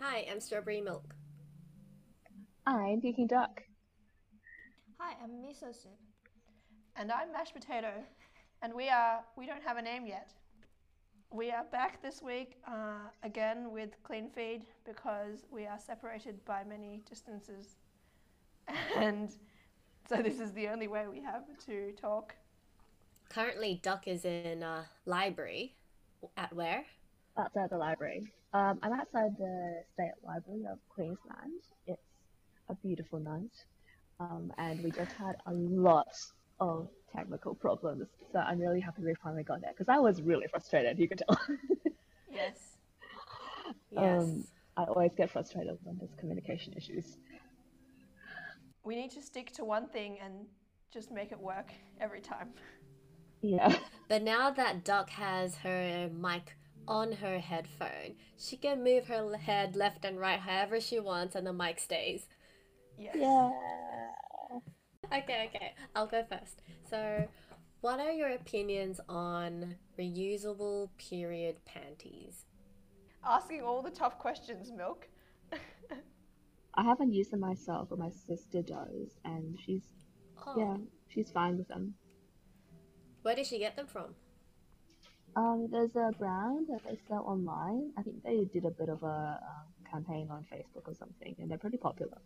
I am Strawberry Milk. I'm Geeky Duck. Hi, I'm Miso Soup. And I'm Mashed Potato. And we are, we don't have a name yet. We are back this week uh, again with Clean Feed because we are separated by many distances. And so this is the only way we have to talk. Currently, Duck is in a library. At where? Outside the library. Um, I'm outside the State Library of Queensland. It's a beautiful night. Um, and we just had a lot of technical problems. So I'm really happy we finally got there because I was really frustrated, you could tell. Yes. Yes. Um, I always get frustrated when there's communication issues. We need to stick to one thing and just make it work every time. Yeah. But now that Duck has her mic on her headphone, she can move her l- head left and right however she wants and the mic stays. Yes. Yeah. Okay, okay, I'll go first. So, what are your opinions on reusable period panties? Asking all the tough questions, Milk. I haven't used them myself, but my sister does, and she's Oh, yeah, she's fine with them. Where did she get them from? Um, there's a brand that they sell online. I think they did a bit of a uh, campaign on Facebook or something, and they're pretty popular.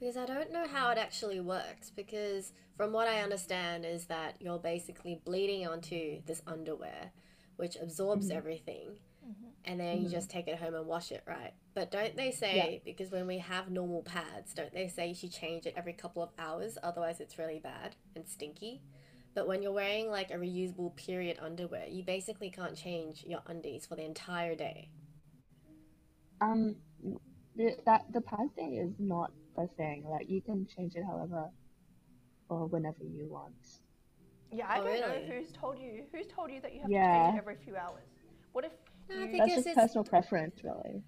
Because I don't know how it actually works. Because from what I understand is that you're basically bleeding onto this underwear, which absorbs Mhm. everything, Mm-hmm. and then you Mhm. just take it home and wash it, right? But don't they say because when we have normal pads, don't they say you should change it every couple of hours? Otherwise, it's really bad and stinky. But when you're wearing like a reusable period underwear, you basically can't change your undies for the entire day. Um, the, that the pad thing is not a thing. Like you can change it however or whenever you want. Yeah, I Oh, don't really? know who's told you. Who's told you that you have to Yeah. change it every few hours? What if No, I you- think- Mm. That's guess just it's- personal preference, really.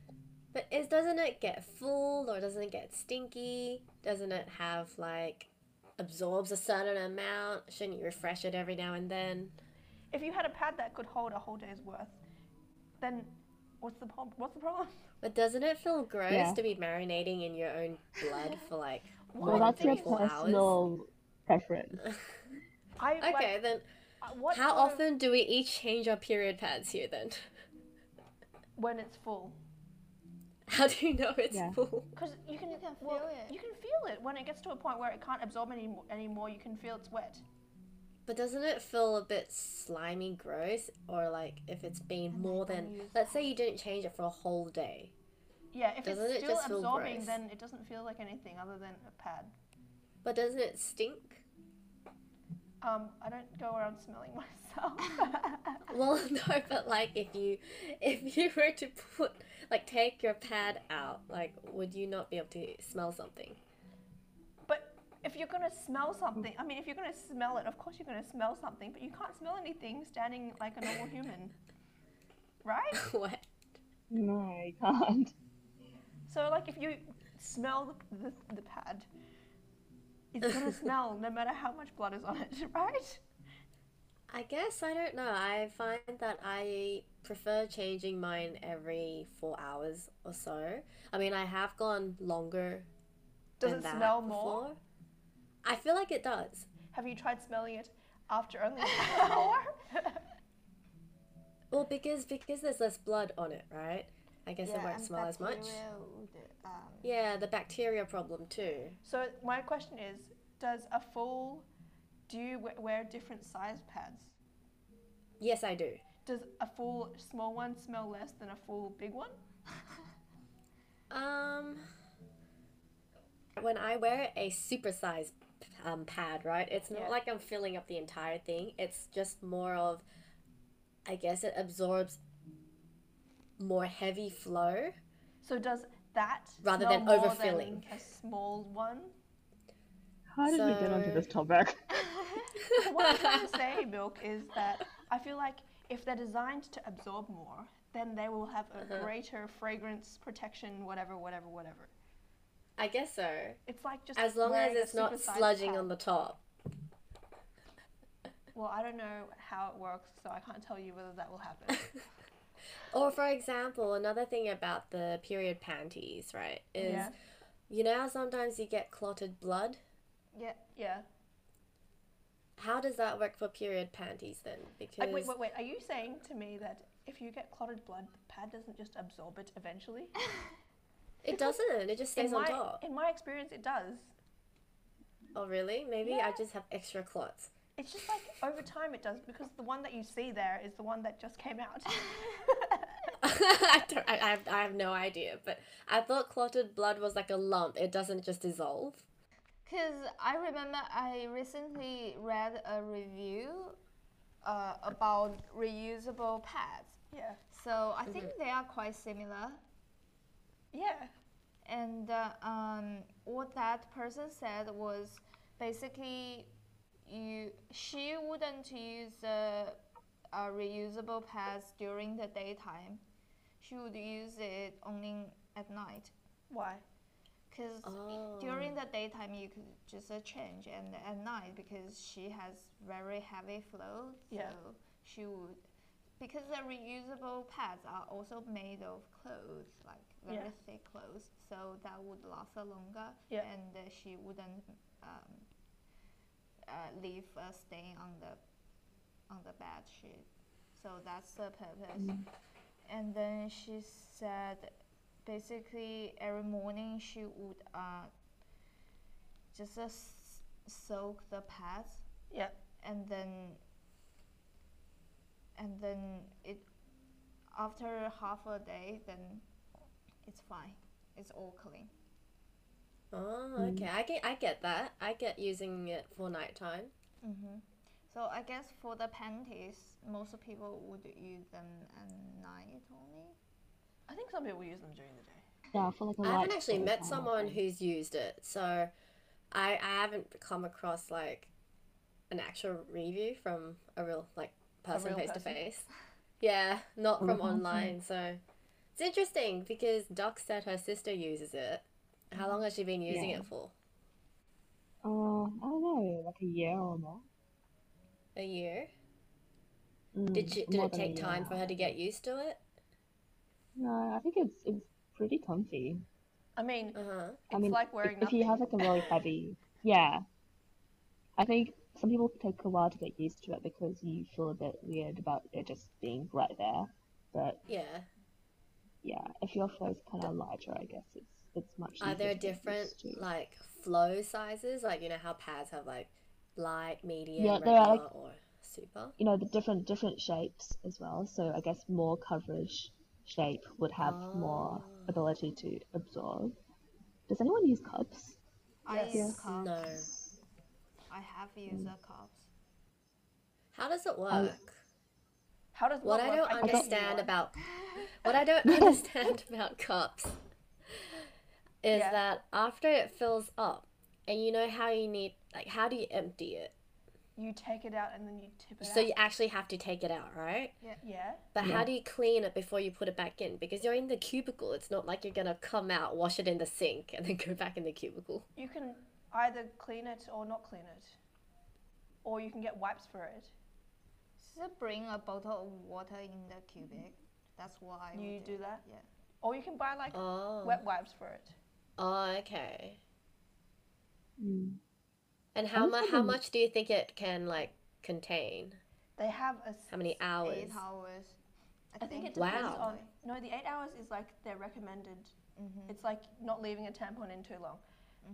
But is doesn't it get full or doesn't it get stinky? Doesn't it have like absorbs a certain amount? Shouldn't you refresh it every now and then? if you had a pad that could hold a whole day's worth, then what's the problem? What's the problem? But doesn't it feel gross Yeah. to be marinating in your own blood for like Well, Well, one that's thing your for four personal preference. hours? I like, okay, then uh, what how sort of- often do we each change our period pads here then? when it's full? How do you know it's Yeah. full? Because you can, You can well, feel it. You can feel it when it gets to a point where it can't absorb any anymore. You can feel it's wet. But doesn't it feel a bit slimy, gross, or like if it's been more than let's say you didn't change it for a whole day? Yeah, if Doesn't it it's still just feel absorbing, gross? then it doesn't feel like anything other than a pad. But doesn't it stink? Um, I don't go around smelling myself. Well, no, but like if you if you were to put like take your pad out, like would you not be able to smell something? but if you're gonna smell something, I mean, if you're gonna smell it, of course you're gonna smell something. But you can't smell anything standing like a normal human, right? what? No, you can't. So, like, if you smell the, the, the pad, it's gonna smell no matter how much blood is on it, right? I guess I don't know. I find that I prefer changing mine every four hours or so. I mean, I have gone longer. Does than it that smell more? before. I feel like it does. Have you tried smelling it after only an hour? Well, because because there's less blood on it, right? I guess it won't and smell as much. bacteria will do- Um, Yeah, the bacteria problem too. so my question is, does a full, do you we- wear different size pads? Yes, I do. Does a full small one smell less than a full big one? Um, when I wear a supersized um, pad, right? It's not Yeah. like I'm filling up the entire thing. It's just more of, I guess it absorbs more heavy flow. So does that Rather smell than more overfilling. than a small one? How did we get onto So- this topic? what I'm trying to say, Milk, is that I feel like if they're designed to absorb more, then they will have a Uh-huh. greater fragrance protection, whatever, whatever, whatever. I guess so. It's like just As long as wearing a it's not supersized sludging pad. on the top. Well, I don't know how it works, so I can't tell you whether that will happen. Or for example, another thing about the period panties, right? Is Yeah. you know how sometimes you get clotted blood? Yeah. Yeah. How does that work for period panties then? Because Like, wait, wait, wait. Are you saying to me that if you get clotted blood, the pad doesn't just absorb it eventually? it doesn't. It just stays in my on top. in my experience, it does. Oh really? Maybe I Yeah. just have extra clots. It's just like over time it does because the one that you see there is the one that just came out. I, don't, I, I, have, I have no idea, but I thought clotted blood was like a lump. It doesn't just dissolve. Because I remember I recently read a review uh, about reusable pads. yeah. So I think they are quite similar. Yeah. And uh, um, what that person said was basically, you she wouldn't use the uh, reusable pads during the daytime. She would use it only at night. Why? Because Oh. Oh. during the daytime you could just uh, change, and at night because she has very heavy flow, so Yeah. she would. Because the reusable pads are also made of clothes, like very Yeah. thick clothes, so that would last her longer, Yeah. and uh, she wouldn't um, uh, leave a stain on the on the bed sheet. So that's the purpose. And then she said, basically every morning she would uh, just uh, s- soak the pads Yeah. and then and then it after half a day then it's fine it's all clean Oh, okay. I get, I get that. I get using it for nighttime. Mm-hmm. hmm so i guess for the panties most people would use them at night only I think some people use them during the day. Yeah, for like a I light haven't actually sort of met vibe, someone right? who's used it, so I I haven't come across like an actual review from a real like person real face to person? face. Yeah, not from Mhm. online. So it's interesting because Doc said her sister uses it. How long has she been using Yeah. it for? Uh, I don't know, like a year or more. A year? Mm, Did she, did more it than a take time year. for her to get used to it? No, I think it's it's pretty comfy. I mean, it's Uh huh. I mean, like wearing if, if you have nothing. like a really heavy, yeah, I think some people take a while to get used to it because you feel a bit weird about it just being right there. But Yeah. yeah, if your flow's kind of lighter, I guess it's it's much Are easier there to get different used to. like flow sizes? Like you know how pads have like light, medium, Yeah, there are, regular, like- or super? You know, the different different shapes as well. So I guess more coverage shape would have more Oh. ability to absorb. Does anyone use cups? i Yes. use Yes. cups No. i have used a cups How does it work? How does What one Um, I work? don't gave you understand one. about what I don't understand about cups is Yeah. that after it fills up, and you know how you need like how do you empty it? you take it out and then you tip it So out. you actually have to take it out, right? yeah. But how do you clean it before you put it back in? Because you're in the cubicle. It's not like you're gonna come out, wash it in the sink, and then go back in the cubicle. You can either clean it or not clean it, or you can get wipes for it. just bring a bottle of water in the cubic that's what i You would do that? yeah Or you can buy like Oh. wet wipes for it. Oh, okay. Mm. Hmm. And how was much? How thinking- much do you think it can like contain? They have a. s- How many hours? eight hours. I think it Wow. depends on. No, the eight hours is like their recommended. It's like not leaving a tampon in too long,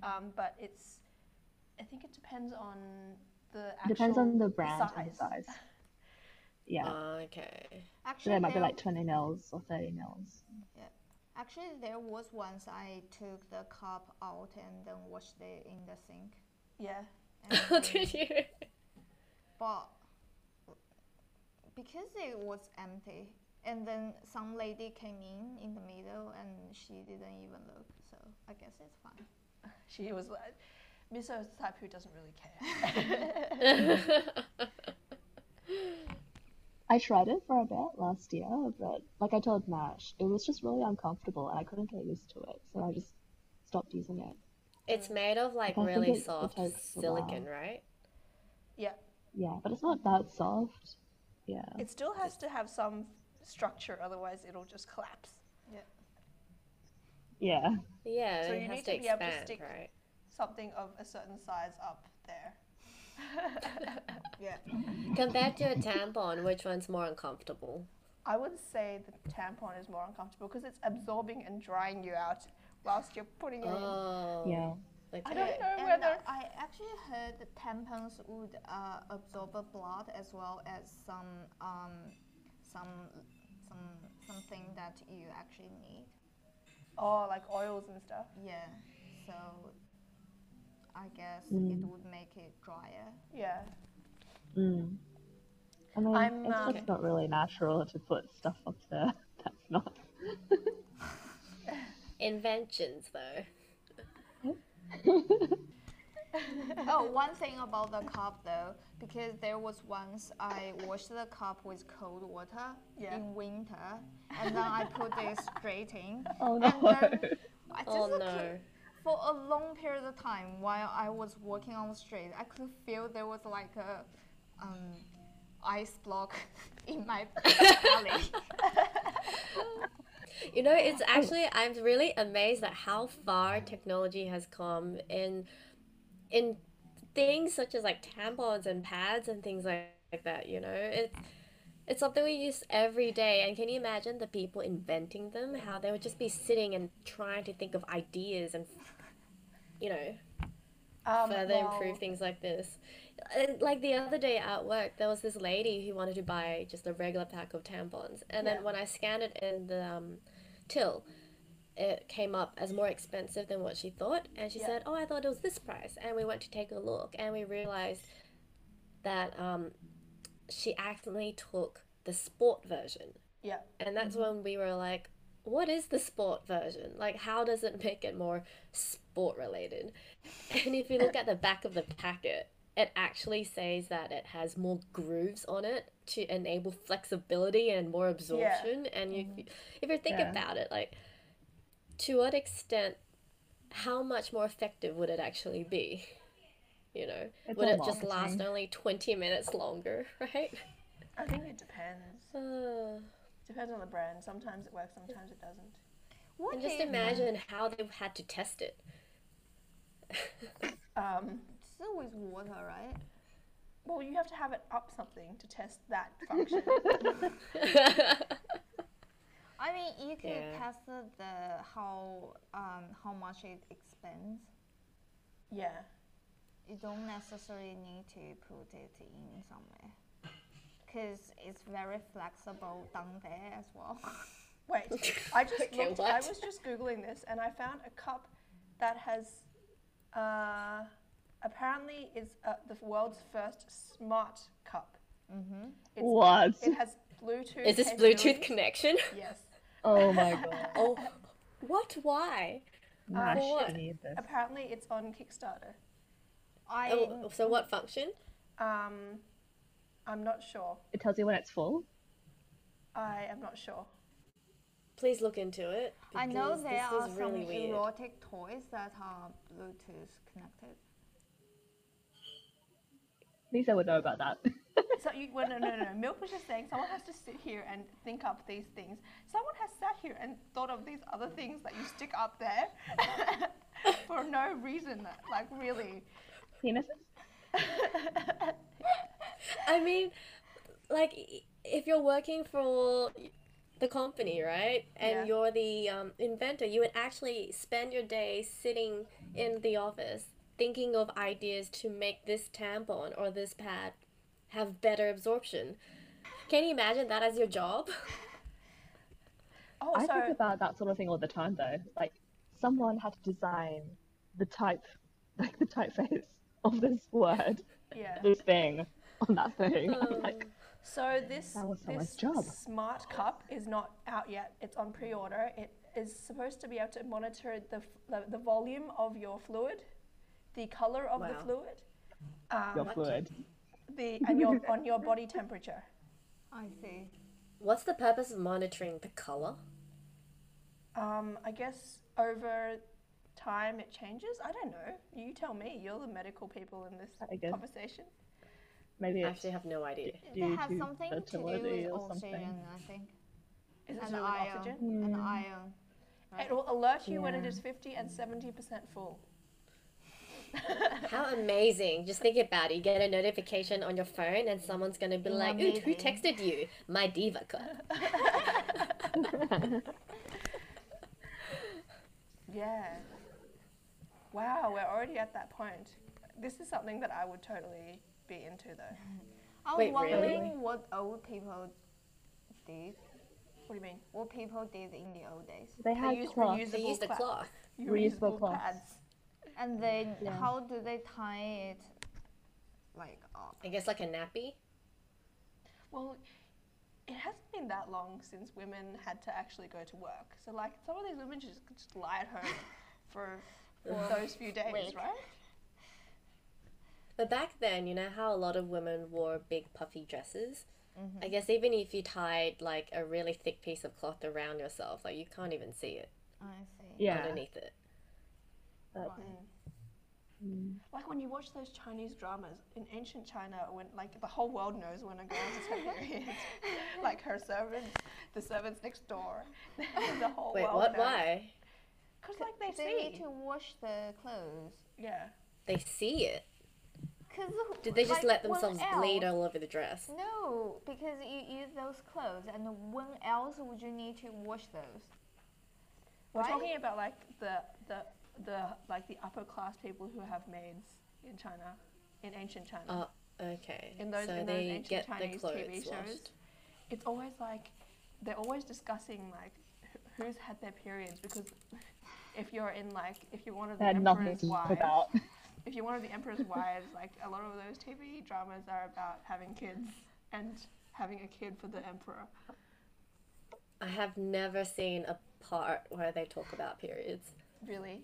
um, but it's. I think it depends on the actual Depends on the brand size. Uh, and the size. Yeah. Oh, okay. So Actually, there might be there- like 20 mils or 30 mils. actually, there was once I took the cup out and then washed it in the sink. Yeah. And then- Did you? but because it was empty, and then some lady came in in the middle and she didn't even look, so I guess it's fine. She was like, Miso is the type who doesn't really care. I tried it for a bit last year, but like I told Mash, it was just really uncomfortable and I couldn't get used to it. So I just stopped using it. It's made of like I think really it- it soft takes a while. silicon, right? yeah. Yeah, but it's not that soft. Yeah. It still has to have some structure, otherwise it'll just collapse. Yeah. Yeah, So it you has need to to be able to expand, stick- right? Something of a certain size up there. Yeah. Compared to a tampon, which one's more uncomfortable? I would say the tampon is more uncomfortable because it's absorbing and drying you out whilst you're putting it in. Oh, Yeah. Okay. I don't know And whether uh, I actually heard that tampons would uh, absorb the blood as well as some um, some some something that you actually need. oh like oils and stuff. Yeah. So I guess Mm. it would make it drier. Yeah. Mm. I mean, I'm, it's uh, just not really natural to put stuff up there. That's not. Inventions, though. oh, one thing about the cup though, because there was once I washed the cup with cold water Yeah. in winter, and then I put it straight in. Oh And no. then I Oh just no. could- for a long period of time while I was walking on the street, I could feel there was like a um, ice block in my belly. You know, it's actually I'm really amazed at how far technology has come in in things such as like tampons and pads and things like, like that, you know? It's it's something we use every day and can you imagine the people inventing them? How they would just be sitting and trying to think of ideas and you know, Um, further well, improve things like this. And, Like the other day at work, there was this lady who wanted to buy just a regular pack of tampons, and then Yeah. when I scanned it in the um, till, it came up as more expensive than what she thought, and she Yeah. said, "Oh, I thought it was this price." And we went to take a look, and we realized that um, she accidentally took the sport version, Yeah. and that's when we were like. What is the sport version? Like, how does it make it more sport related? And if you look at the back of the packet, it actually says that it has more grooves on it to enable flexibility and more absorption. And you, if you think Yeah. about it, like to what extent, how much more effective would it actually be? You know, It's would all it just last marketing. only 20 minutes longer, right? I think it depends. Uh, Depends on the brand. Sometimes it works, sometimes it doesn't. What and just if- imagine how they've had to test it. Um, still with water, right? well, you have to have it up something to test that function. I mean, you could Yeah. test the, the how um, how much it expands. yeah. You don't necessarily need to put it in somewhere, because it's very flexible down there as well. Wait, I just Okay, looked, I what? was just googling this, and I found a cup that has uh, apparently is uh, the world's first smart cup. Mm-hmm. What? It has Bluetooth. Is this Bluetooth capabilities. connection? Yes. Oh my god. Oh, what? Why? Nah, for shit, what? need this. Apparently, it's on Kickstarter. I Oh, so what function? Um, I'm not sure. It tells you when it's full. I am not sure. Please look into it. I know because there are this is some really weird. erotic toys that are Bluetooth connected. Lisa would know about that. So you, well, no, no, no, no. Milk was just saying someone has to sit here and think up these things. Someone has sat here and thought of these other things that you stick up there for no reason. Like really, Penises? I mean, like i- if you're working for the company, right? And Yeah. you're the um, inventor, you would actually spend your day sitting in the office thinking of ideas to make this tampon or this pad have better absorption. Can you imagine that as your job? oh, I think so about that sort of thing all the time though. Like someone had to design the type like the typeface of this word, yeah. this thing, on that thing. Oh, like, So this That was someone's this job. smart cup is not out yet. It's on pre-order. It is supposed to be able to monitor the f- the, the volume of your fluid, the color of the Wow. fluid, your um, fluid. the and your on your body temperature. I see. What's the purpose of monitoring the color? Um, I guess over time it changes. I don't know. You tell me. You're the medical people in this I guess. conversation. Maybe I it's actually have no idea. They due have to something to do fertility with or oxygen, something. I um, think. Is it And something with iron. oxygen? and Mm. iron. It will alert you when it Yeah. is 50 and 70% full. How amazing. Just think about it. You get a notification on your phone and someone's going to be like, ooh, who Amazing. texted you? My diva club. Yeah. Wow, we're already at that point. This is something that I would totally be into though. I was Wait, really? wondering what old people did. What do you mean? What people did in the old days, They had used cloth. reusable They use the cla- cloth. Reusable cloth. pads. and then Yeah. how do they tie it, like oh. up? I guess like a nappy. Well, it hasn't been that long since women had to actually go to work. So like some of these women just could just lie at home for those few days, Wait. right? But back then, you know how a lot of women wore big puffy dresses? Mm-hmm. I guess even if you tied like a really thick piece of cloth around yourself, like you can't even see it I see. Yeah. underneath it. But, mm, Like when you watch those Chinese dramas in ancient China, when like the whole world knows when a girl is her period, like her servants, the servants next door, the whole Wait, world. what? knows. Why? Because like they They see. need to wash the clothes. Yeah. They see it. Cause Did they just like, let when themselves bleed else- all over the dress? No, because you use those clothes, and when else would you need to wash those? We're Right? talking about like the the the like the upper class people who have maids in China, in ancient China. Oh, okay. in those, so in those they ancient get Chinese the clothes TV shows, washed. it's always like they're always discussing like wh- who's had their periods because if you're in like if you're one of the they had nothing emperor's to talk wives, about. if you're one of the emperor's wives, like a lot of those TV dramas are about having kids and having a kid for the emperor. I have never seen a part where they talk about periods. Really,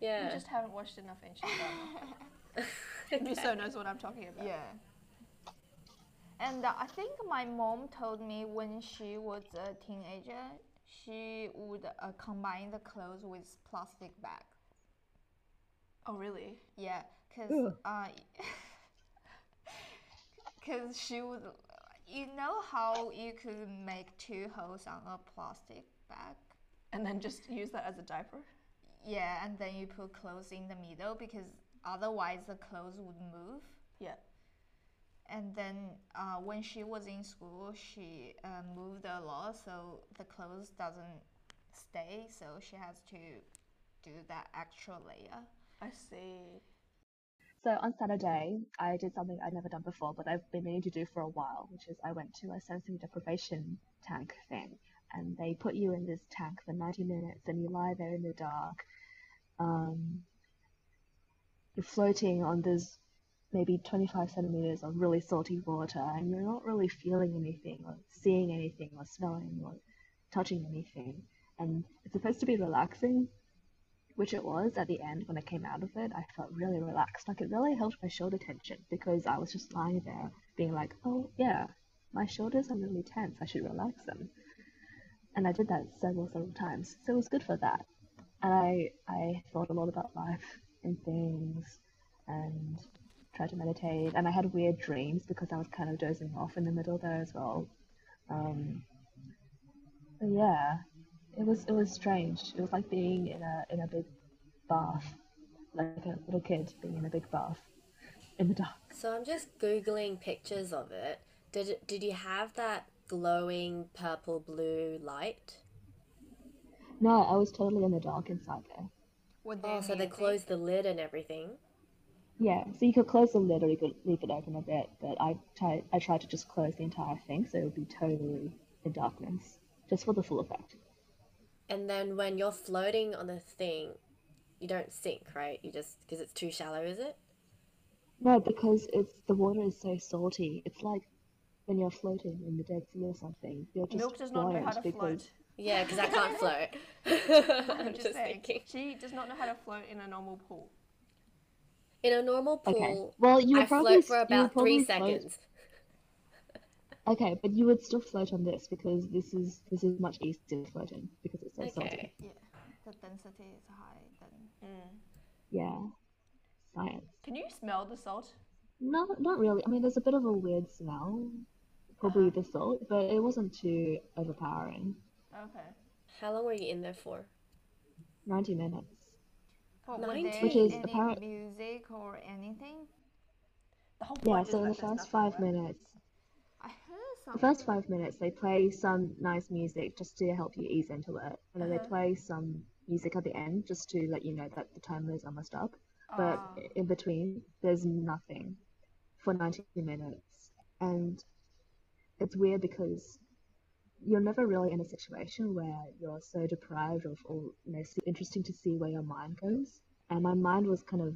Yeah. you just haven't watched enough ancient drama. Muso knows what I'm talking about. Yeah. And uh, I think my mom told me when she was a teenager, she would uh, combine the clothes with plastic bag. Oh really? Yeah, cause Ugh. uh, cause she would, you know how you could make two holes on a plastic bag. And then just use that as a diaper. Yeah, and then you put clothes in the middle because otherwise the clothes would move. Yeah. And then uh, when she was in school, she uh, moved a lot, so the clothes doesn't stay, so she has to do that extra layer. I see. So on Saturday, I did something I'd never done before, but I've been meaning to do for a while, which is I went to a sensory deprivation tank thing, and they put you in this tank for 90 minutes, and you lie there in the dark. Um, you're floating on this maybe 25 centimeters of really salty water, and you're not really feeling anything, or seeing anything, or smelling, or touching anything. And it's supposed to be relaxing, which it was at the end when I came out of it, I felt really relaxed. Like it really helped my shoulder tension because I was just lying there being like, oh yeah, my shoulders are really tense. I should relax them. And I did that several, several times. So it was good for that. And I, I thought a lot about life and things and tried to meditate. And I had weird dreams because I was kind of dozing off in the middle there as well. Um, but yeah, it was it was strange. It was like being in a in a big bath, like a little kid being in a big bath in the dark. So I'm just googling pictures of it. Did it, did you have that glowing purple blue light? No, I was totally in the dark inside there. Would Oh, there so they music? closed the lid and everything. Yeah, so you could close the lid or you could leave it open a bit, but I tried I tried to just close the entire thing so it would be totally in darkness, just for the full effect. And then when you're floating on the thing, you don't sink, right? You just because it's too shallow, is it? No, because it's the water is so salty. It's like when you're floating in the Dead Sea or something. You're just Milk does not know how buoyant to because float. Yeah, because I can't float. I'm I'm just just saying. thinking. She does not know how to float in a normal pool. In a normal Okay. pool, Well, you would I probably float s- for you would about three probably float- seconds. Okay, but you would still float on this because this is this is much easier to float in because it's so salty. Okay. Yeah, the density is high. Then Yeah, science. Can you smell the salt? No, not really. I mean, there's a bit of a weird smell, probably the salt, but it wasn't too overpowering. Okay. How long were you in there for? 90 minutes. But were Nineteen. there Which is any apparent- music or anything? The whole Yeah, point is so in that the there's first nothing five worth- minutes, I heard the something. first five minutes, they play some nice music just to help you ease into it, and then Uh-huh. they play some music at the end just to let you know that the timer is almost up. But Ah. in between, there's nothing for 90 minutes, and it's weird because you're never really in a situation where you're so deprived of all. You know, it's interesting to see where your mind goes, and my mind was kind of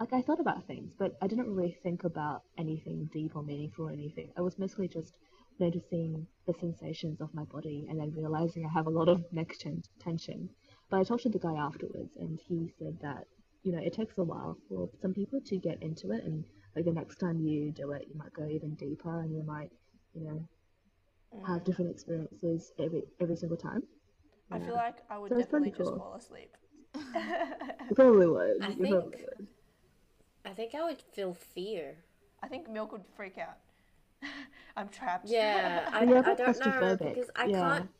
like I thought about things, but I didn't really think about anything deep or meaningful or anything. I was mostly just noticing the sensations of my body and then realizing I have a lot of neck ten- tension. But I talked to the guy afterwards, and he said that you know it takes a while for some people to get into it, and like the next time you do it, you might go even deeper, and you might you know Mm. have different experiences every every single time. I feel like I would So it's pretty definitely just cool. fall asleep. You probably would. I you probably think- would. I think I would feel fear. I think Milk would freak out. I'm trapped. Yeah, I, Yeah, I don't but know claustrophobic, because I yeah. can't.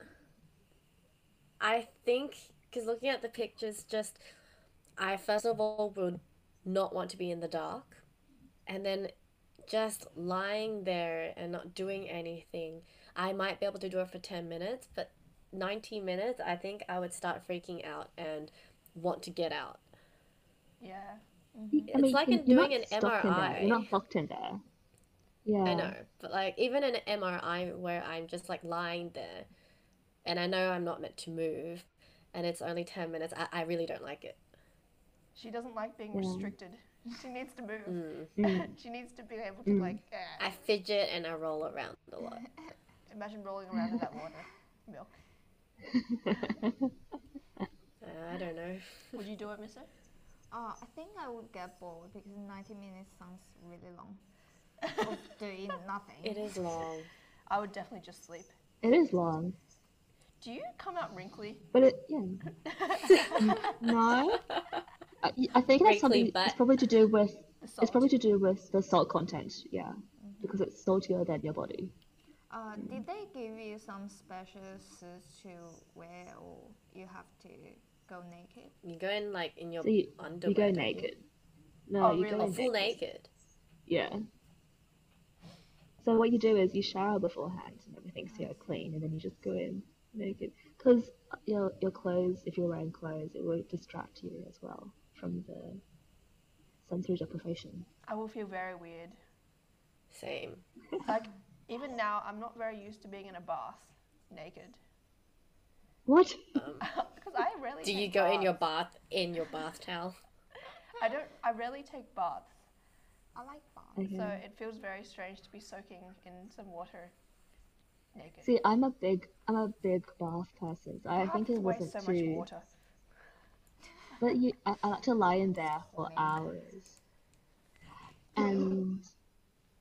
I think because looking at the pictures, just I first of all would not want to be in the dark, and then just lying there and not doing anything. I might be able to do it for 10 minutes, but 90 minutes, I think I would start freaking out and want to get out. Yeah. It's I mean, like you- in you're doing not an stuck in there. MRI. You're not locked in there. Yeah. I know, but like even in an MRI where I'm just like lying there and I know I'm not meant to move and it's only 10 minutes, I, I really don't like it. She doesn't like being Yeah. restricted. She needs to move. Mm. she needs to be able to Mm. like eh, I fidget and I roll around a lot. imagine rolling around in that water. Milk. Uh, I don't know. Would you do it, Missa? Uh, I think I would get bored because 90 minutes sounds really long. of doing nothing. It is long. I would definitely just sleep. It is long, Do you come out wrinkly? but it yeah. no, I, I think Wrinkly that's something. butt. It's probably to do with. The salt. It's probably to do with the salt content. Yeah, because it's saltier than your body. Uh, did they give you some special suits to wear, or you have to go naked? You go in like in your So you, underwear. you go don't naked. No, Oh, you really? go Oh, full naked. naked. Yeah. So what you do is you shower beforehand and everything's so you're clean, and then you just go in naked. Because your your clothes, if you're wearing clothes, it will distract you as well from the sensory deprivation. I will feel very weird. Same. Like even now, I'm not very used to being in a bath naked What? because I rarely. Do you take go in your baths. bath in your bath towel? I don't. I rarely take baths, I like baths. Okay. so it feels very strange to be soaking in some water naked. See, I'm a big I'm a big bath person, so I think Baths it waste wasn't so much too. water. But you, I, I like to lie in there for hours. And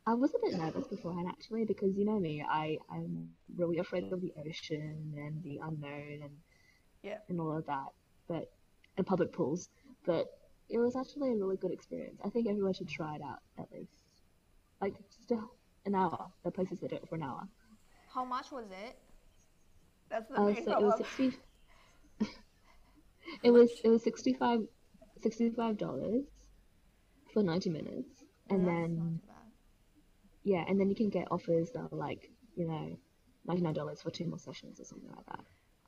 I was a bit nervous beforehand, actually, because you know me, I, I'm really afraid of the ocean and the unknown and Yeah. and all of that, but and public pools. But it was actually a really good experience. I think everyone should try it out at least, like just a, an hour. There are places that do it for an hour. How much was it? That's the Uh, main so it was problem. sixty. it was it was sixty five, sixty five dollars for ninety minutes, and then Not too bad. yeah, and then you can get offers that are like you know, ninety nine dollars for two more sessions or something like that.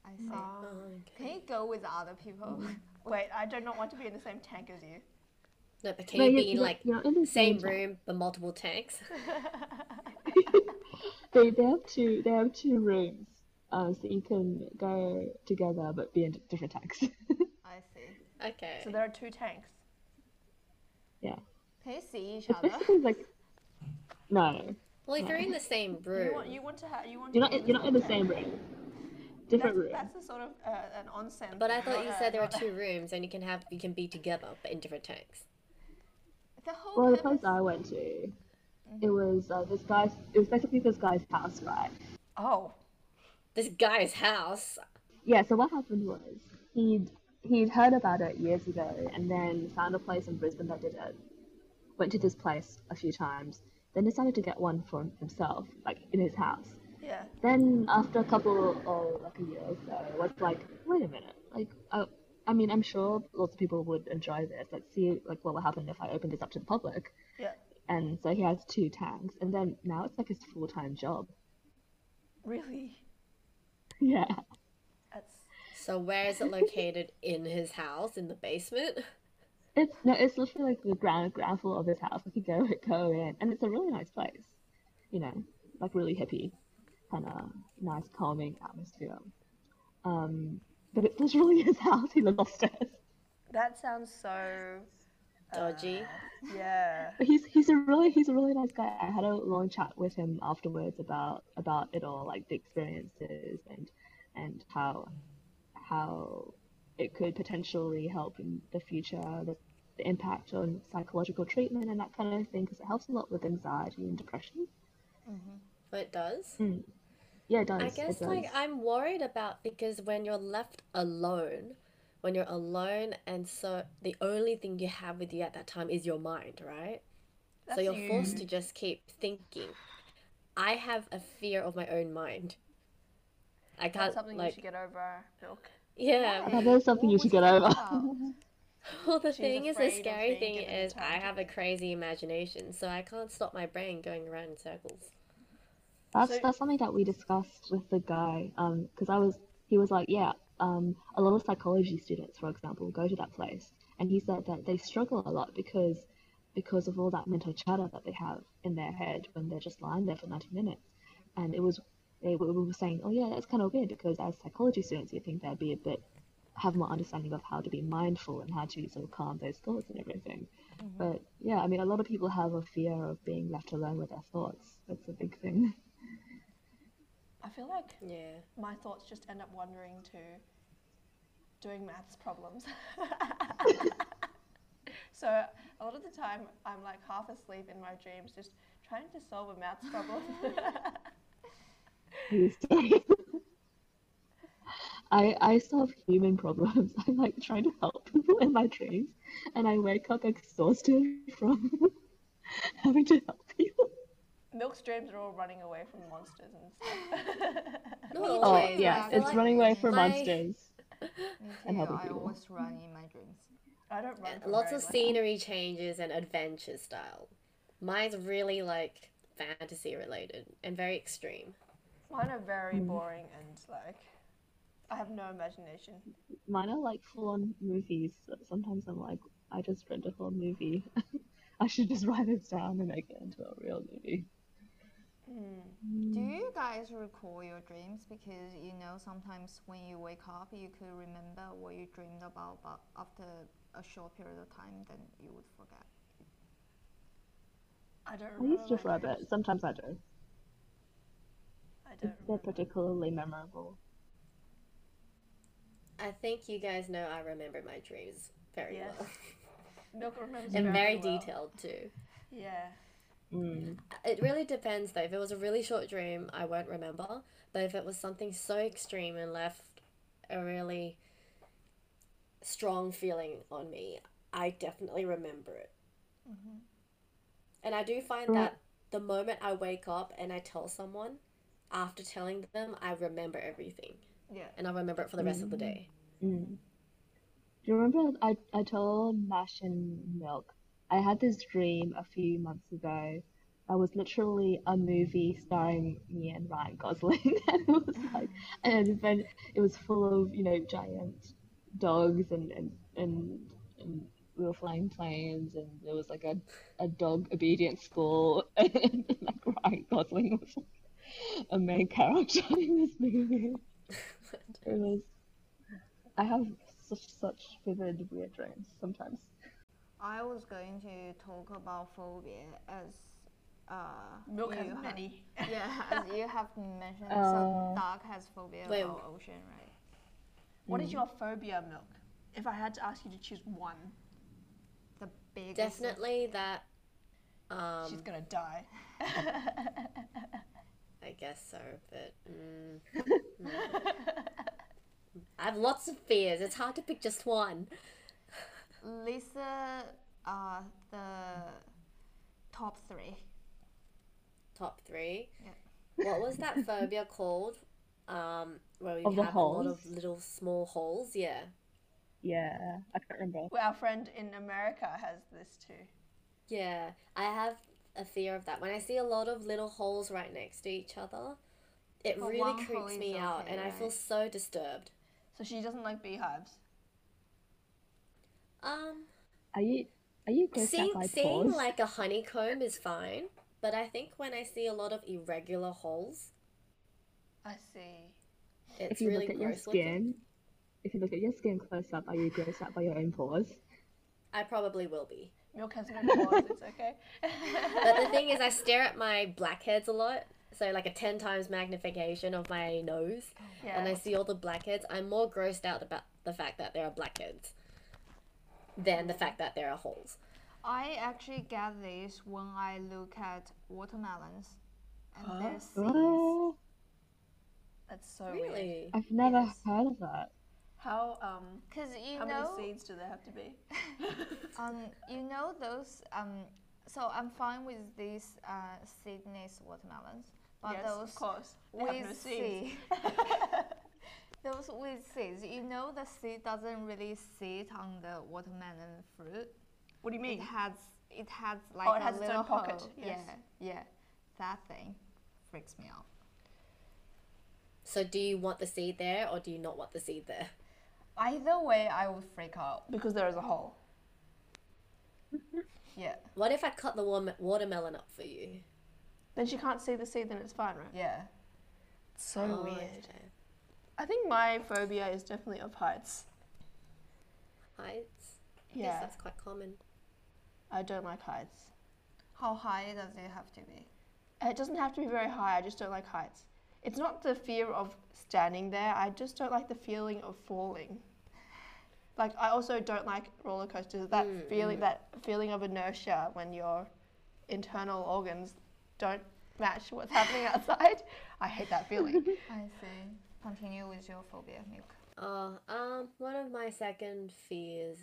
I see. Oh, Oh. okay. Can you go with other people? Mm-hmm. Wait, I do not want to be in the same tank as you. No, but can No, you you're- be in you're- like you're in the same time. room but multiple tanks? They they have two they have two rooms, uh, so you can go together but be in d- different tanks. I see. Okay. So there are two tanks. yeah, Can you see each it's other? basically like no, Well, if you're in the same You room, want you want to have you want you're to not be in- you're not in the same room, different that's, room. that's a sort of uh, an onsen. But I thing, thought not you a- said there are not a- two rooms and you can have you can be together but in different tanks. The whole Well, the purpose. place I went to, it was uh, this guy's. It was basically this guy's house, right? Oh, This guy's house. Yeah. So what happened was he'd he'd heard about it years ago, and then found a place in Brisbane that did it. Went to this place a few times, then decided to get one for himself, like in his house. Yeah. Then after a couple of like a year or so, I was like, wait a minute, like I, I mean, I'm sure lots of people would enjoy this. Like, see, like what would happen if I opened this up to the public? Yeah. And so he has two tanks, and then now it's like his full time job. Really? Yeah. That's So where is it located? In his house, in the basement? It's no, it's literally like the ground ground floor of his house. Like you go go in, and it's a really nice place. You know, like really hippie, kind of nice calming atmosphere. Um, but it's literally his house. He lives upstairs. that sounds so Uh, Dodgy. yeah. But he's he's a really he's a really nice guy. I had a long chat with him afterwards about about it all, like the experiences and and how how it could potentially help in the future, the, the impact on psychological treatment and that kind of thing, because it helps a lot with anxiety and depression. But it does. Hmm. Yeah, it does. I it guess does. like I'm worried about because when you're left alone, when you're alone and so the only thing you have with you at that time is your mind, right? That's So you're forced you. to just keep thinking. I have a fear of my own mind. I That's can't something you like should get over, Milk. yeah. that is something you should get over. Well, the She's thing is, the afraid of scary being thing given is I time to have a think. crazy imagination, so I can't stop my brain going around in circles. That's So- that's something that we discussed with the guy, um, because I was he was like, yeah, um, a lot of psychology students, for example, go to that place, and he said that they struggle a lot because because of all that mental chatter that they have in their head when they're just lying there for 90 minutes, and it was they were, we were saying, oh yeah, that's kind of weird because as psychology students, you think there'd be a bit have more understanding of how to be mindful and how to sort of calm those thoughts and everything. But yeah, I mean, a lot of people have a fear of being left alone with their thoughts. That's a big thing. I feel like Yeah. my thoughts just end up wandering to doing maths problems. so a lot of the time I'm like half asleep in my dreams, just trying to solve a maths problem. these days. I I solve human problems. I'm like trying to help people in my dreams, and I wake up exhausted from having to help people. Milk's dreams are all running away from monsters and stuff. Not Oh, Oh always, Always, yeah, I feel it's like running away from my- monsters. Me And too, helping I people. always run in my dreams. I don't run. From lots very of much. scenery changes and adventure style. Mine's really like fantasy related and very extreme. Mine are very boring and like I have no imagination. Mine are like full on movies. that Sometimes I'm like, I just read a whole movie. I should just write this down and make it into a real movie. Do you guys recall your dreams? Because you know, sometimes when you wake up, you could remember what you dreamed about, but after a short period of time, then you would forget. I don't I remember. used to my for a bit. dreams. Sometimes I do. I don't They're remember. particularly memorable. I think you guys know I remember my dreams very Yes. well Milk remembers and very well. detailed too. Yeah. Mm. It really depends though. If it was a really short dream, I won't remember. But if it was something so extreme and left a really strong feeling on me, I definitely remember it. And I do find Right. that the moment I wake up and I tell someone, after telling them, I remember everything Yeah. and I remember it for the rest of the day. Mm. Do you remember I, I told Mash and Milk I had this dream a few months ago. I was literally a movie starring me and Ryan Gosling, and it was like, and then it was full of you know giant dogs and and and, and we were flying planes, and there was like a a dog obedience school, and like Ryan Gosling was like a main character in this movie. It was I have such such vivid weird dreams sometimes. I was going to talk about phobia as uh, Milk has you have- many. yeah, as you have mentioned, Oh. so Dark has phobia Wait, about ocean, right? What is your phobia, Milk? If I had to ask you to choose one, The biggest. Definitely that. Um, she's gonna die. I guess so, but mm, no. I have lots of fears. It's hard to pick just one. Lisa, uh, the top three. top three. Yeah. What was that phobia called? Um, where we Of the have a lot of holes? little small holes. Yeah. Yeah, I can't remember. Well, our friend in America has this too. Yeah, I have a fear of that. When I see a lot of little holes right next to each other, it But one really hole creeps is me out, okay, and I feel right? so disturbed. So she doesn't like beehives. Um, Are you are you grossed seeing out by seeing paws? like a honeycomb is fine, but I think when I see a lot of irregular holes, I see. it's if you really look at your gross looking. skin, if you look at your skin close up, are you grossed out by your own paws? I probably will be. Milk has no paws. It's okay. But the thing is, I stare at my blackheads a lot. So like a ten times magnification of my nose, Oh, yeah. and I see all the blackheads. I'm more grossed out about the fact that there are blackheads than the fact that there are holes. I actually get this when I look at watermelons and their seeds. Oh, That's so weird. Really? I've never heard of that. How um Cause you how know, many seeds do there have to be? um, you know those um. So I'm fine with these uh, seedless watermelons, but yes, those of course. They have with no seeds. seed, those with seeds, you know, the seed doesn't really sit on the watermelon fruit. What do you It mean? has Oh, it has like it a has its own little pocket, hole. yes. Yeah, yeah, that thing freaks me out. So do you want the seed there or do you not want the seed there? Either way, I would freak out. Because there is a hole. Yeah, What if I cut the warm- watermelon up for you? Then she can't see the seed. Then it's fine, right? yeah. So Oh, weird. okay. I think my phobia is definitely of heights. Heights. I guess Yeah, that's quite common. I don't like heights. How high does it have to be? It doesn't have to be very high. I just don't like heights. It's not the fear of standing there. I just don't like the feeling of falling. Like I also don't like roller coasters. That feeling, that feeling of inertia when your internal organs don't match what's happening outside. I hate that feeling. I see. Continue with your phobia, Milk. Oh, um, one of my second fears,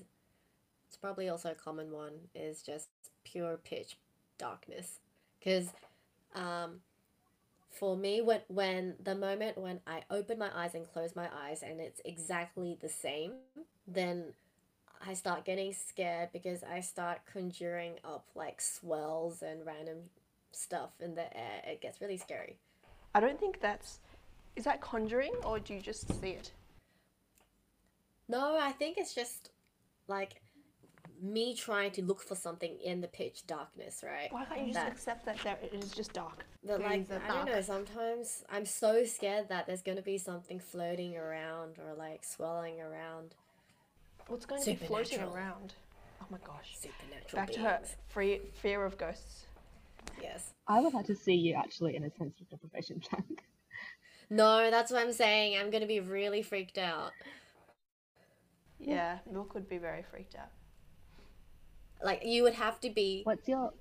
it's probably also a common one, is just pure pitch darkness. Because, um, for me, when, when the moment when I open my eyes and close my eyes and it's exactly the same, then I start getting scared because I start conjuring up like swells and random stuff in the air. It gets really scary. I don't think that's. Is that conjuring or do you just see it? No, I think it's just like me trying to look for something in the pitch darkness, right? Why can't you just That- accept that there it is just dark? But like, things are I don't know, dark? sometimes I'm so scared that there's gonna be something floating around or like swirling around. What's going to be floating Supernatural. around? Oh my gosh. Supernatural Back to her beings. free, fear of ghosts. Yes. I would like to see you actually in a sensory deprivation tank. No, that's what I'm saying. I'm gonna be really freaked out. Yeah, Milk would be very freaked out. Like you would have to be What's your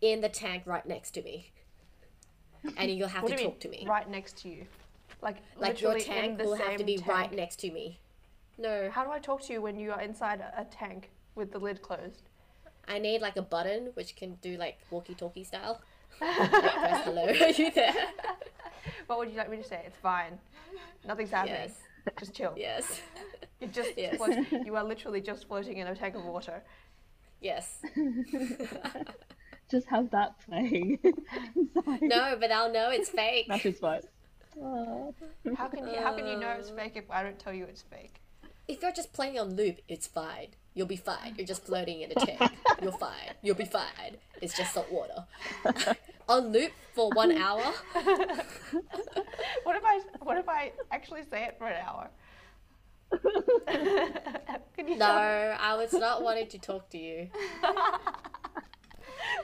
in the tank right next to me. And you'll have What to do you talk to me. Right next to you. Like, like your literally in tank the will have to same be right tank. next to me. No, How do I talk to you when you are inside a, a tank with the lid closed? I need like a button which can do like walkie-talkie style. like, press hello, are you there? What would you like me to say? It's fine. Nothing's happening. Yes. Just chill. Yes, You're just Yes. float- you are literally just floating in a tank of water. yes. just have that playing? Inside. No, but I'll know it's fake. That's just what. Oh, How can you, how can you know Uh. it's fake if I don't tell you it's fake? If you're just playing on loop, it's fine. You'll be fine. You're just floating in a tank. You're fine. You'll be fine. It's just salt water. on loop for one hour. What if I what if I actually say it for an hour? Can you No, tell- I was not wanting to talk to you.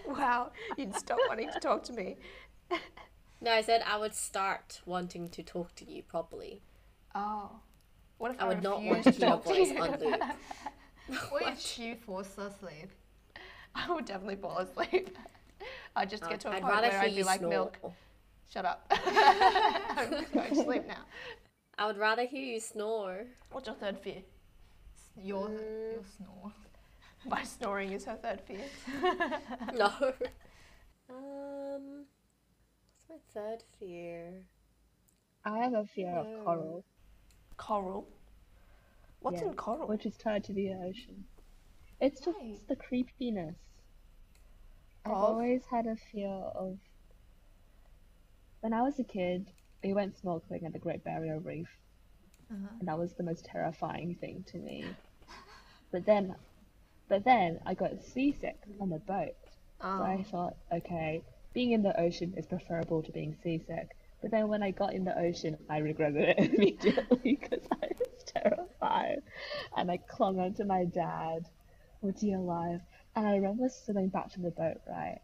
Wow, you'd stop wanting to talk to me. No, I said I would start wanting to talk to you properly. Oh, what if I, I would not want to refuse hear your talk to voice you? on loop. What if she falls asleep? I would definitely fall asleep. I'd just get to a I'd point rather where hear I'd be you like, snore. "Milk, shut up. I'm just going to sleep now." I would rather hear you snore. Mm, What's your third fear? Your, your snore. My snoring is her third fear. No. um, It's my third fear. I have a fear Yeah. of coral, Coral. What's Yeah. in coral? which is tied to the ocean. It's just Why? the creepiness. I've Of? always had a fear of. When I was a kid, we went snorkeling at the Great Barrier Reef, Uh-huh. and that was the most terrifying thing to me. But then, but then I got seasick on the boat, so I thought, okay, being in the ocean is preferable to being seasick. But then when I got in the ocean, I regretted it immediately because I was terrified. And I clung onto my dad, oh dear life. And I remember swimming back to the boat, right?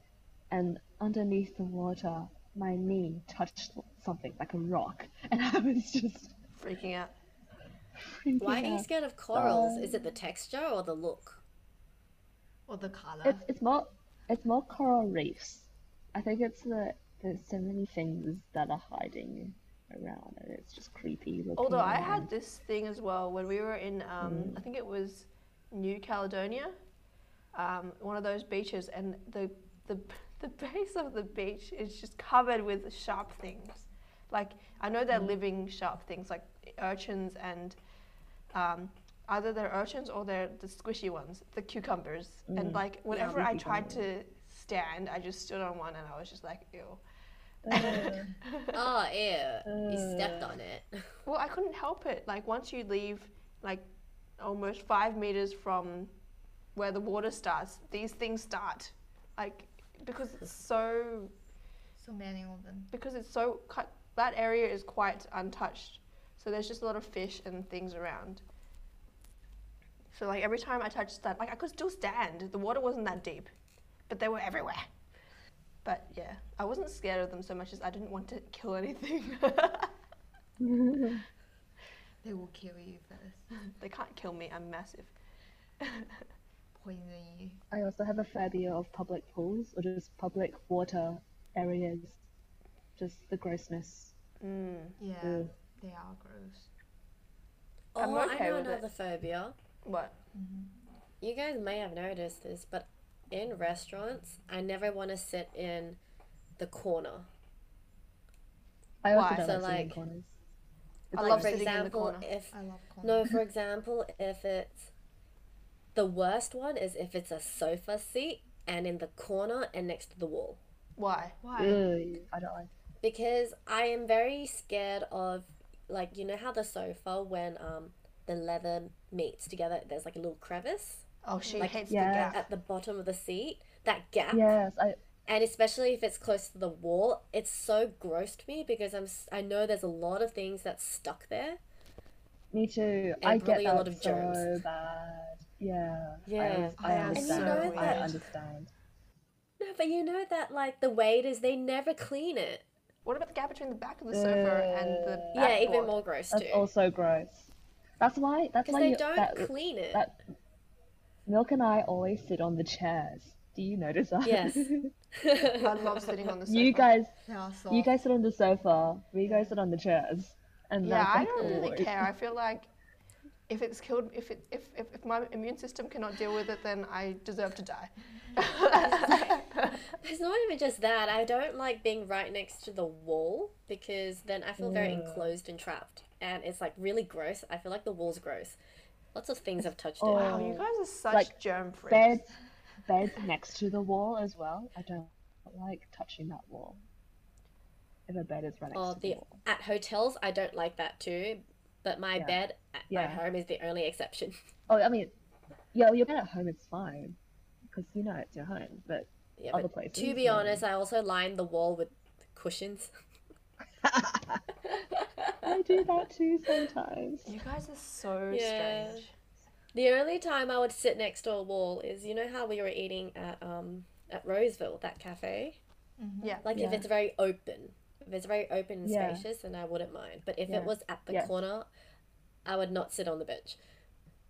And underneath the water, my knee touched something like a rock. And I was just Freaking out. freaking Why are you out. scared of corals? Is Um. it the texture or the look? Or the color. It's, it's more it's more coral reefs. I think it's the there's so many things that are hiding around and it's just creepy looking. Although I and- had this thing as well when we were in, um, I think it was New Caledonia, um, one of those beaches, and the, the the base of the beach is just covered with sharp things. Like I know they're living sharp things, like urchins and um, either they're urchins or they're the squishy ones, the cucumbers. And like whenever I tried to stand, I just stood on one and I was just like, ew. Oh, ew. You Uh. stepped on it. Well, I couldn't help it. Like once you leave, like almost five meters from where the water starts, these things start, like because it's so so many of them. because it's so cut. That area is quite untouched, so there's just a lot of fish and things around. So like every time I touched that, like I could still stand. The water wasn't that deep, but they were everywhere. But yeah, I wasn't scared of them so much as I didn't want to kill anything. They will kill you first, they can't kill me. I'm massive. poison you. I also have a phobia of public pools or just public water areas. Just the grossness. Mm. Yeah, Ugh. they are gross. I'm Oh, okay I know with it. another phobia. What? You guys may have noticed this, but in restaurants, I never want to sit in the corner. I also Why? don't So, like sitting in like- corners. I like love for sitting in the example, corner. if I love corn. no, for example, if it's the worst one is if it's a sofa seat and in the corner and next to the wall. Why? Why? Ugh, I don't like because I am very scared of like you know how the sofa when um the leather meets together there's like a little crevice Oh, she Like, hates yeah. the gap. at the bottom of the seat that gap Yes, I and especially if it's close to the wall it's so gross to me because I'm s- I know there's a lot of things that's stuck there me too. I get probably a that lot of so germs. bad. Yeah. Yeah. I, I Yeah, it's so understand. I weird. understand. no but you know that like the waiters they never clean it What about the gap between the back of the sofa and the yeah even backboard? more gross That's too also gross. That's why that's because why they you, don't that, clean it that Milk and I always sit on the chairs. Do you notice that? Yes. I love sitting on the sofa. you guys They are soft. you guys sit on the sofa, we guys sit on the chairs. And Yeah, that's I like, don't really awkward. care. I feel like if it's killed, if it, if, if if my immune system cannot deal with it, then I deserve to die. It's not even just that. I don't like being right next to the wall because then I feel very Mm. enclosed and trapped. And it's like really gross. I feel like the wall's gross. Lots of things have touched it. oh, Wow, Oh, you guys are such Like, germ freaks. Beds beds next to the wall as well. I don't like touching that wall. If a bed is right next Or to the Oh, the wall. at hotels, I don't like that too. But my Yeah. bed at my Yeah. home is the only exception. Oh I mean yeah, your bed at home is fine. Because you know it's your home, but Yeah, Other but places, to be yeah. honest, I also line the wall with cushions. I do that too sometimes. You guys are so Yeah. strange. The only time I would sit next to a wall is you know how we were eating at um at Roseville, that cafe? Mm-hmm. Yeah. Like if Yeah. it's very open, if it's very open and Yeah. spacious, then I wouldn't mind. But if Yeah. it was at the Yeah. corner, I would not sit on the bench.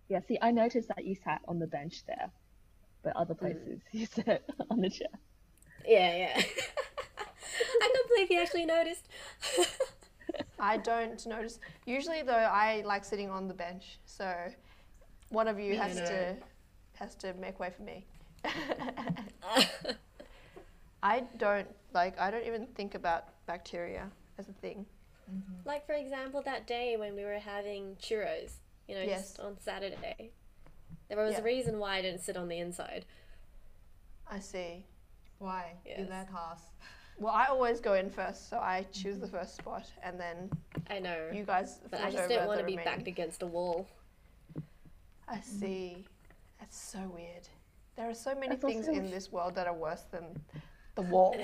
Yeah, see I noticed that you sat on the bench there. But other Hmm. places you sit on the chair. Yeah, yeah. I can't believe you actually noticed. I don't notice. Usually, though, I like sitting on the bench, so one of you has to has to make way for me. I don't like. I don't even think about bacteria as a thing. Like for example, that day when we were having churros, you know, Yes. just on Saturday, there was Yeah. a reason why I didn't sit on the inside. I see. Why? Yes. In that house. Well, I always go in first, so I choose the first spot, and then I know, you guys. Mm-hmm. but I fill just over didn't the want to be Mm-hmm. remaining. backed against a wall. I see. That's so weird. There are so many That's things also- in this world that are worse than the wall.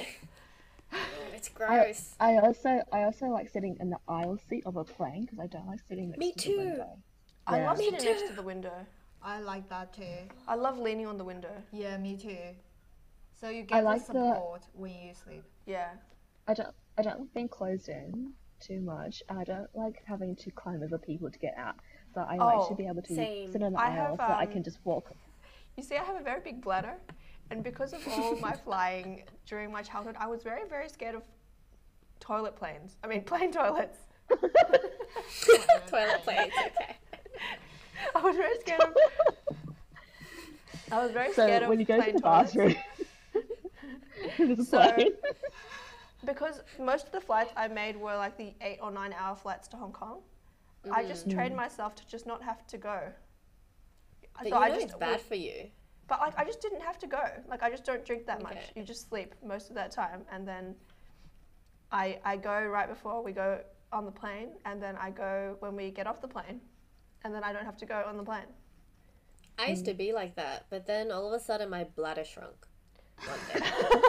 It's gross. I also I also like sitting in the aisle seat of a plane because I don't like sitting next Me to too. the window. I Yeah. love Me sitting next to too. the window. I like that too. I love leaning on the window. Yeah, me too. So you get like the the- support when you sleep. Yeah. I don't I don't like being closed in too much, and I don't like having to climb over people to get out. So I like Oh, to be able to same. sit in the I aisle have, so I um, can just walk. You see, I have a very big bladder, and because of all my flying during my childhood, I was very, very scared of toilet planes. I mean, plane toilets. Toilet plates, okay. I was very scared of. I was very scared So of when you go to plane the toilets. bathroom, there's a So- plane. because most of the flights I made were like the eight or nine hour flights to Hong Kong. I Mm. just trained myself to just not have to go. But you So know I it's just- bad for you. But like I just didn't have to go. Like I just don't drink that much. Okay. You just sleep most of that time, and then I I go right before we go on the plane, and then I go when we get off the plane, and then I don't have to go on the plane. I used Mm. to be like that, but then all of a sudden my bladder shrunk. One day.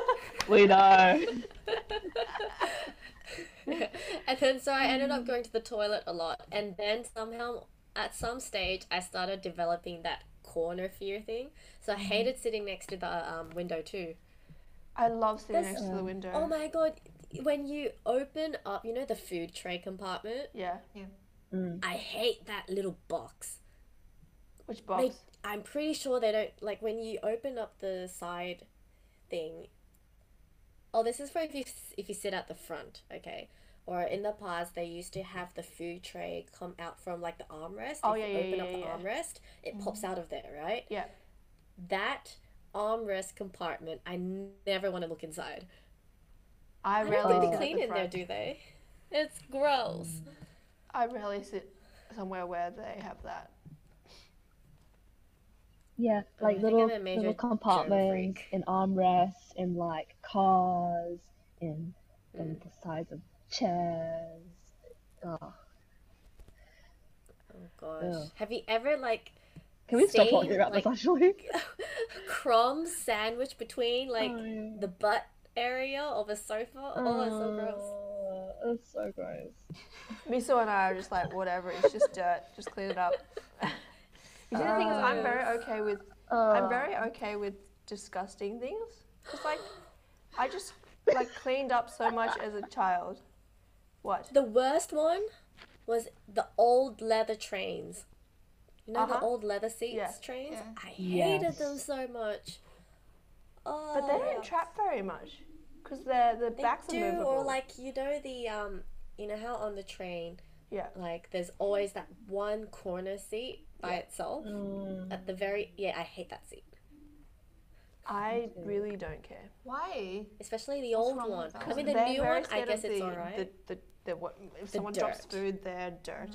We know. and then so I ended Mm. up going to the toilet a lot, and then somehow at some stage I started developing that corner fear thing. So I Mm-hmm. hated sitting next to the um, window too. I love sitting That's- next to the window. Oh my god, when you open up, you know the food tray compartment. Yeah, Mm. I hate that little box. which They- box? I'm pretty sure they don't like when you open up the side thing. Oh, this is for if you s- if you sit at the front, okay? Or in the past, they used to have the food tray come out from like the armrest. Oh, if yeah, you yeah, open yeah, yeah. Mm-hmm. up the armrest, it pops out of there, right? Yeah. That armrest compartment, I never want to look inside. I I don't rarely think sit they at clean the in there, front. do they? It's gross. I rarely sit somewhere where they have that. Yeah, Oh, I like think little I'm a major little germ compartments freak. in armrests, in like cars, in in Mm. the sides of chairs. Oh. Oh gosh. Ugh. Have you ever like Can we stop Same, talking about this like- actually? crumbs sandwiched between like Oh, yeah. the butt area of a sofa. Oh, it's so gross. Uh, It's so gross. Miso and I are just like whatever. It's just dirt. Just clean it up. you see, the thing is, I'm very okay with Uh, Oh. I'm very okay with disgusting things. Just like I just like cleaned up so much as a child. What? The worst one was the old leather trains. You know the Uh-huh. old leather seats Yeah. trains? Yeah. I hated Yes. them so much. Oh, But they don't trap very much because their the they backs do, are movable. or like you know the um, you know how on the train, yeah, like there's always that one corner seat by itself at the very yeah. I hate that seat, I really don't care. Why? especially the old wrong one. with that I one? mean the They're new very one, I scared guess of it's the, alright. The, the, the, what, if The someone drops dirt. Mm. food, they're dirt.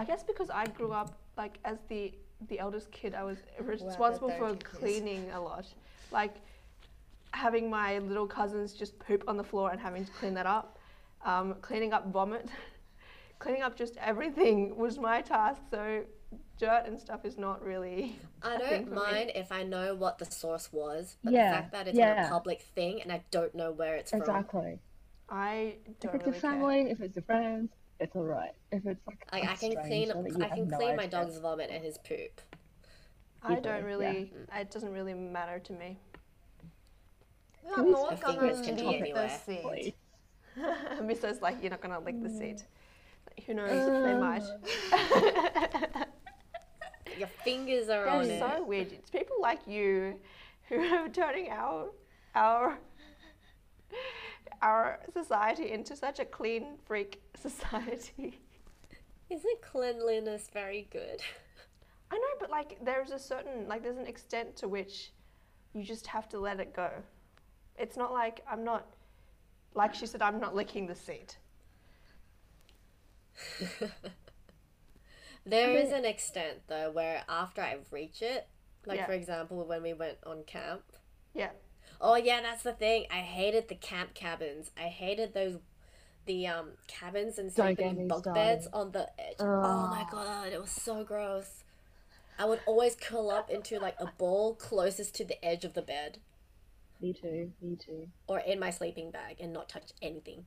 I guess because I grew up like as the the eldest kid, I was the responsible for dirty kids. cleaning a lot, like having my little cousins just poop on the floor and having to clean that up, um, cleaning up vomit, cleaning up just everything was my task. So dirt and stuff is not really. I think for don't me. mind if I know what the source was, but Yeah, the fact that it's on a yeah. public thing and I don't know where it's from, Exactly. I If don't it's really your care. family, if it's your friends, it's alright. If it's like like a I can clean, stranger that you I have can no clean my idea. dog's vomit and his poop. I people, don't yeah. really. Mm. It doesn't really matter to me. We are Can we not stop gonna this? Can we leave the anywhere? seat. Please. Miso's like, you're not gonna lick the seat. Like, Who knows? they might. Your fingers are on That's it. so weird. It's people like you who are turning our our our society into such a clean freak society. Isn't cleanliness very good? I know, but like there's a certain like there's an extent to which you just have to let it go. It's not like I'm not, like she said, I'm not licking the seat. There is an extent though where after I reach it, like Yeah. for example when we went on camp. Yeah. Oh yeah, that's the thing. I hated the camp cabins. I hated those the um cabins and Don't sleeping get in me bunk started. beds on the edge. Oh my god, it was so gross. I would always curl up into like a ball closest to the edge of the bed Me too, me too. or in my sleeping bag and not touch anything.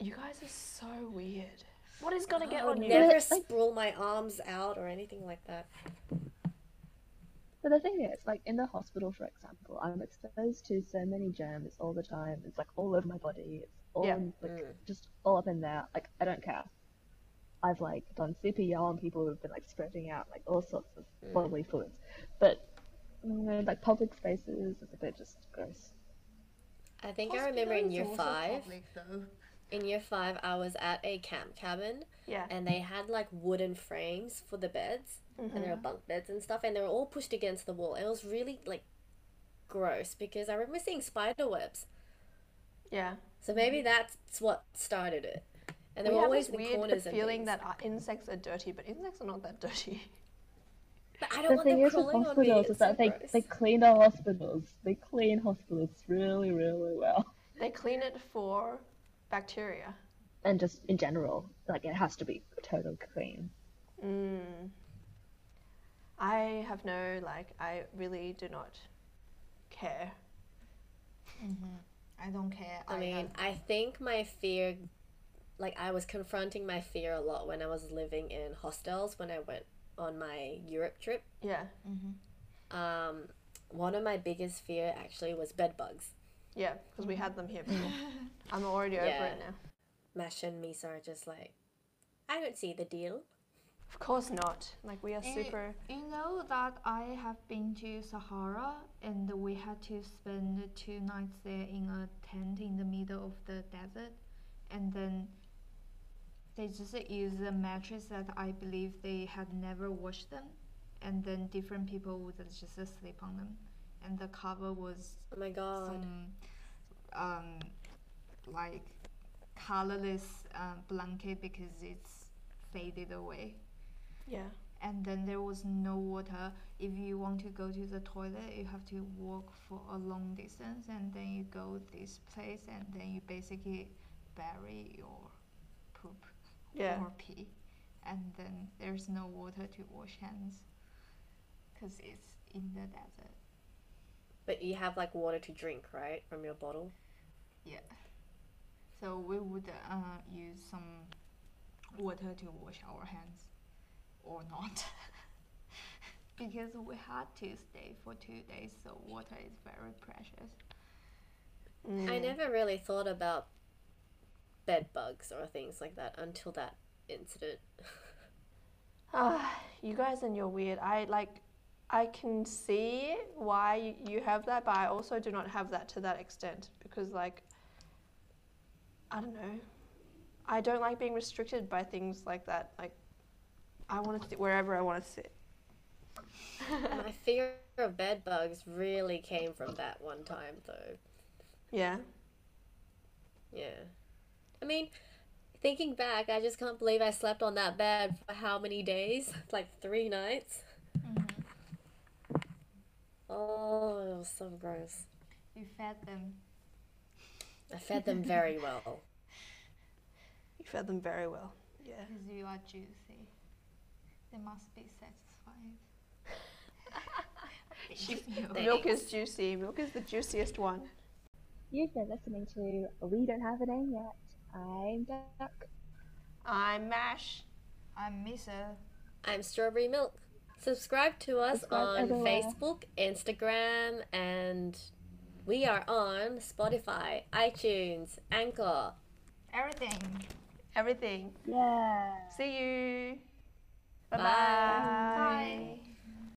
You guys are so weird. What is gonna get I would on you? never But, like- sprawl my arms out or anything like that. But the thing is, like in the hospital, for example, I'm exposed to so many germs all the time. It's like all over my body. It's all Yeah. in, like Mm. just all up in there. Like I don't care. I've like done CPR on people who've been like spreading out like all sorts of Mm. bodily fluids, but mm, like public spaces is a bit just gross. I think I remember in year five. though. In year five, I was at a camp cabin Yeah. and they had like wooden frames for the beds and there were bunk beds and stuff and they were all pushed against the wall. It was really like gross because I remember seeing spider webs. Yeah. So maybe that's what started it. And there we were have always this in weird corners and feeling things. that our insects are dirty, but insects are not that dirty. But I don't The want thing them is with crawling on me. hospitals is It's so that they, gross. they clean the hospitals. They clean hospitals really, really well. They clean it for bacteria. And just in general, like it has to be total clean. Mm. I have no like. I really do not care. I don't care. I mean, I think my fear, like I was confronting my fear a lot when I was living in hostels when I went on my Europe trip. Yeah. Um, one of my biggest fear actually was bed bugs. Yeah. Because we had them here before. I'm already over Yeah. it now. Mash and Misa are just like, I don't see the deal. Of course not. Like we are Eh. You- super. Eh, You know that I have been to Sahara and we had to spend two nights there in a tent in the middle of the desert and then they just used a mattress that I believe they had never washed them and then different people would just sleep on them and the cover was Oh my god. some um like colorless uh, blanket because it's faded away Yeah. and then there was no water. If you want to go to the toilet, you have to walk for a long distance, and then you go this place, and then you basically bury your poop Yeah. or pee, and then there's no water to wash hands, cause it's in the desert. But you have like water to drink, right? From your bottle. Yeah. So we would uh, use some water to wash our hands, or not, because we had to stay for two days. So water is very precious. Mm. I never really thought about bed bugs or things like that until that incident. Ah, you guys and your weird. I like. I can see why you- you have that, but I also do not have that to that extent because, like, I don't know. I don't like being restricted by things like that. Like, I want to sit wherever I want to sit. my fear of bed bugs really came from that one time, though. Yeah. Yeah. I mean, thinking back, I just can't believe I slept on that bed for how many days? Like three nights? Mm-hmm. Oh, it was so gross. You fed them. I fed them very well. You fed them very well. Yeah. Because you are juicy. They must be satisfied. Thank you. Thanks. Milk is juicy. Milk is the juiciest one. You've been listening to We Don't Have a Name Yet. I'm Duck. I'm Mash. I'm Miso. I'm Strawberry Milk. Subscribe to us Subscribe on everywhere. Facebook, Instagram, and we are on Spotify, iTunes, Anchor. Everything. Everything. Yeah. See you. Bye-bye. Bye. Bye.